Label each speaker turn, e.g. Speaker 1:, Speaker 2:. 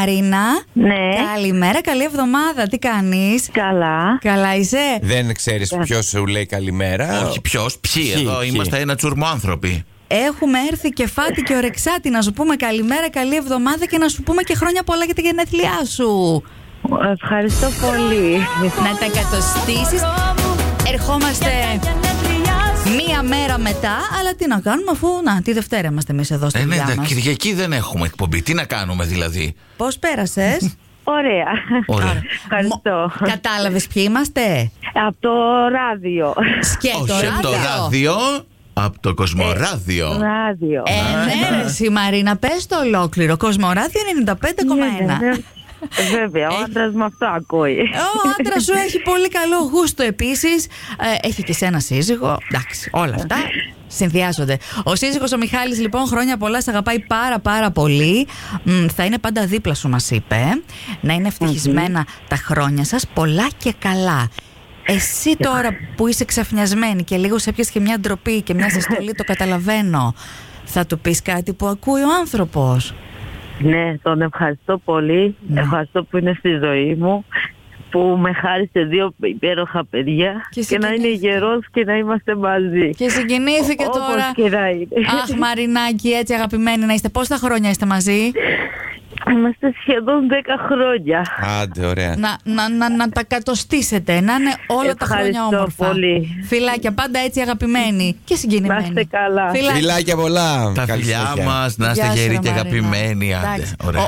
Speaker 1: Μαρίνα,
Speaker 2: Ναι.
Speaker 1: καλημέρα, καλή εβδομάδα. Τι κάνεις,
Speaker 2: Καλά.
Speaker 1: Καλά είσαι.
Speaker 3: Δεν ξέρεις ποιος σου λέει καλημέρα.
Speaker 4: Ναι. Όχι ποιος, ποιοι
Speaker 3: Ε, Ποιοι,
Speaker 4: εδώ,
Speaker 3: ποιοι.
Speaker 4: είμαστε ένα τσουρμό άνθρωποι.
Speaker 1: Έχουμε έρθει και φάτη και ορεξάτη να σου πούμε καλημέρα, καλή εβδομάδα και να σου πούμε και χρόνια πολλά για τα γενέθλιά σου.
Speaker 2: Ευχαριστώ πολύ.
Speaker 1: να τα εκατοστήσεις. Ερχόμαστε μία μέρα μετά, αλλά τι να κάνουμε αφού. Να, τη Δευτέρα είμαστε εμείς εδώ στη
Speaker 4: Ε, ναι,
Speaker 1: δουλειά
Speaker 4: τα
Speaker 1: μας.
Speaker 4: Κυριακή δεν έχουμε εκπομπή. Τι να κάνουμε δηλαδή.
Speaker 1: Πώς πέρασες.
Speaker 2: Ωραία.
Speaker 4: Ωραία.
Speaker 2: Ευχαριστώ.
Speaker 1: Κατάλαβες ποιοι είμαστε.
Speaker 2: Από το ράδιο.
Speaker 1: Σκέτο,
Speaker 4: Όχι από Ε, το ράδιο, από το κοσμοράδιο.
Speaker 2: Ράδιο.
Speaker 1: Ε, ναι, ρε, συ, Μαρίνα, πες το ολόκληρο. Κοσμοράδιο 95,1.
Speaker 2: Ναι, ναι, Βέβαια,
Speaker 1: Ε.
Speaker 2: ο άντρα μου αυτό ακούει.
Speaker 1: Ο άντρας σου έχει πολύ καλό γούστο επίσης. έχει και σένα σύζυγο. Εντάξει, όλα αυτά συνδυάζονται. Ο σύζυγος ο Μιχάλης λοιπόν χρόνια πολλά, σε αγαπάει πάρα πάρα πολύ. Μ, θα είναι πάντα δίπλα σου, μας είπε. Να είναι ευτυχισμένα τα χρόνια σας, πολλά και καλά. Εσύ τώρα που είσαι ξαφνιασμένη και λίγο σε έπιασε και μια ντροπή και μια συστολή, το καταλαβαίνω. Θα του πεις κάτι που ακούει ο άνθρωπος.
Speaker 2: Ναι, τον ευχαριστώ πολύ. Ευχαριστώ που είναι στη ζωή μου. Που με χάρισε δύο υπέροχα παιδιά.
Speaker 1: Και
Speaker 2: Και να είναι
Speaker 1: συγκινήθηκα.
Speaker 2: γερός και να είμαστε μαζί.
Speaker 1: Και συγκινήθηκε
Speaker 2: Όπως
Speaker 1: τώρα.
Speaker 2: και να είναι.
Speaker 1: Αχ, Μαρινάκη, έτσι αγαπημένοι να είστε. Πόσα χρόνια είστε μαζί,
Speaker 2: Είμαστε σχεδόν 10 χρόνια.
Speaker 3: Άντε, ωραία.
Speaker 1: να, να, να, να τα κατοστήσετε, να είναι όλα τα χρόνια
Speaker 2: Ευχαριστώ
Speaker 1: όμορφα.
Speaker 2: πολύ.
Speaker 1: Φιλάκια, πάντα έτσι αγαπημένοι και συγκινημένοι.
Speaker 2: Να είστε καλά.
Speaker 1: Φιλάκια.
Speaker 3: Φιλάκια πολλά.
Speaker 4: Τα
Speaker 3: Καλή
Speaker 4: φιλιά
Speaker 3: συνέχεια.
Speaker 4: μας, να είστε
Speaker 1: Γεια σου,
Speaker 4: γεροί και
Speaker 1: Μαρίνα.
Speaker 4: αγαπημένοι. Άντε,
Speaker 1: Εντάξει.
Speaker 4: ωραία.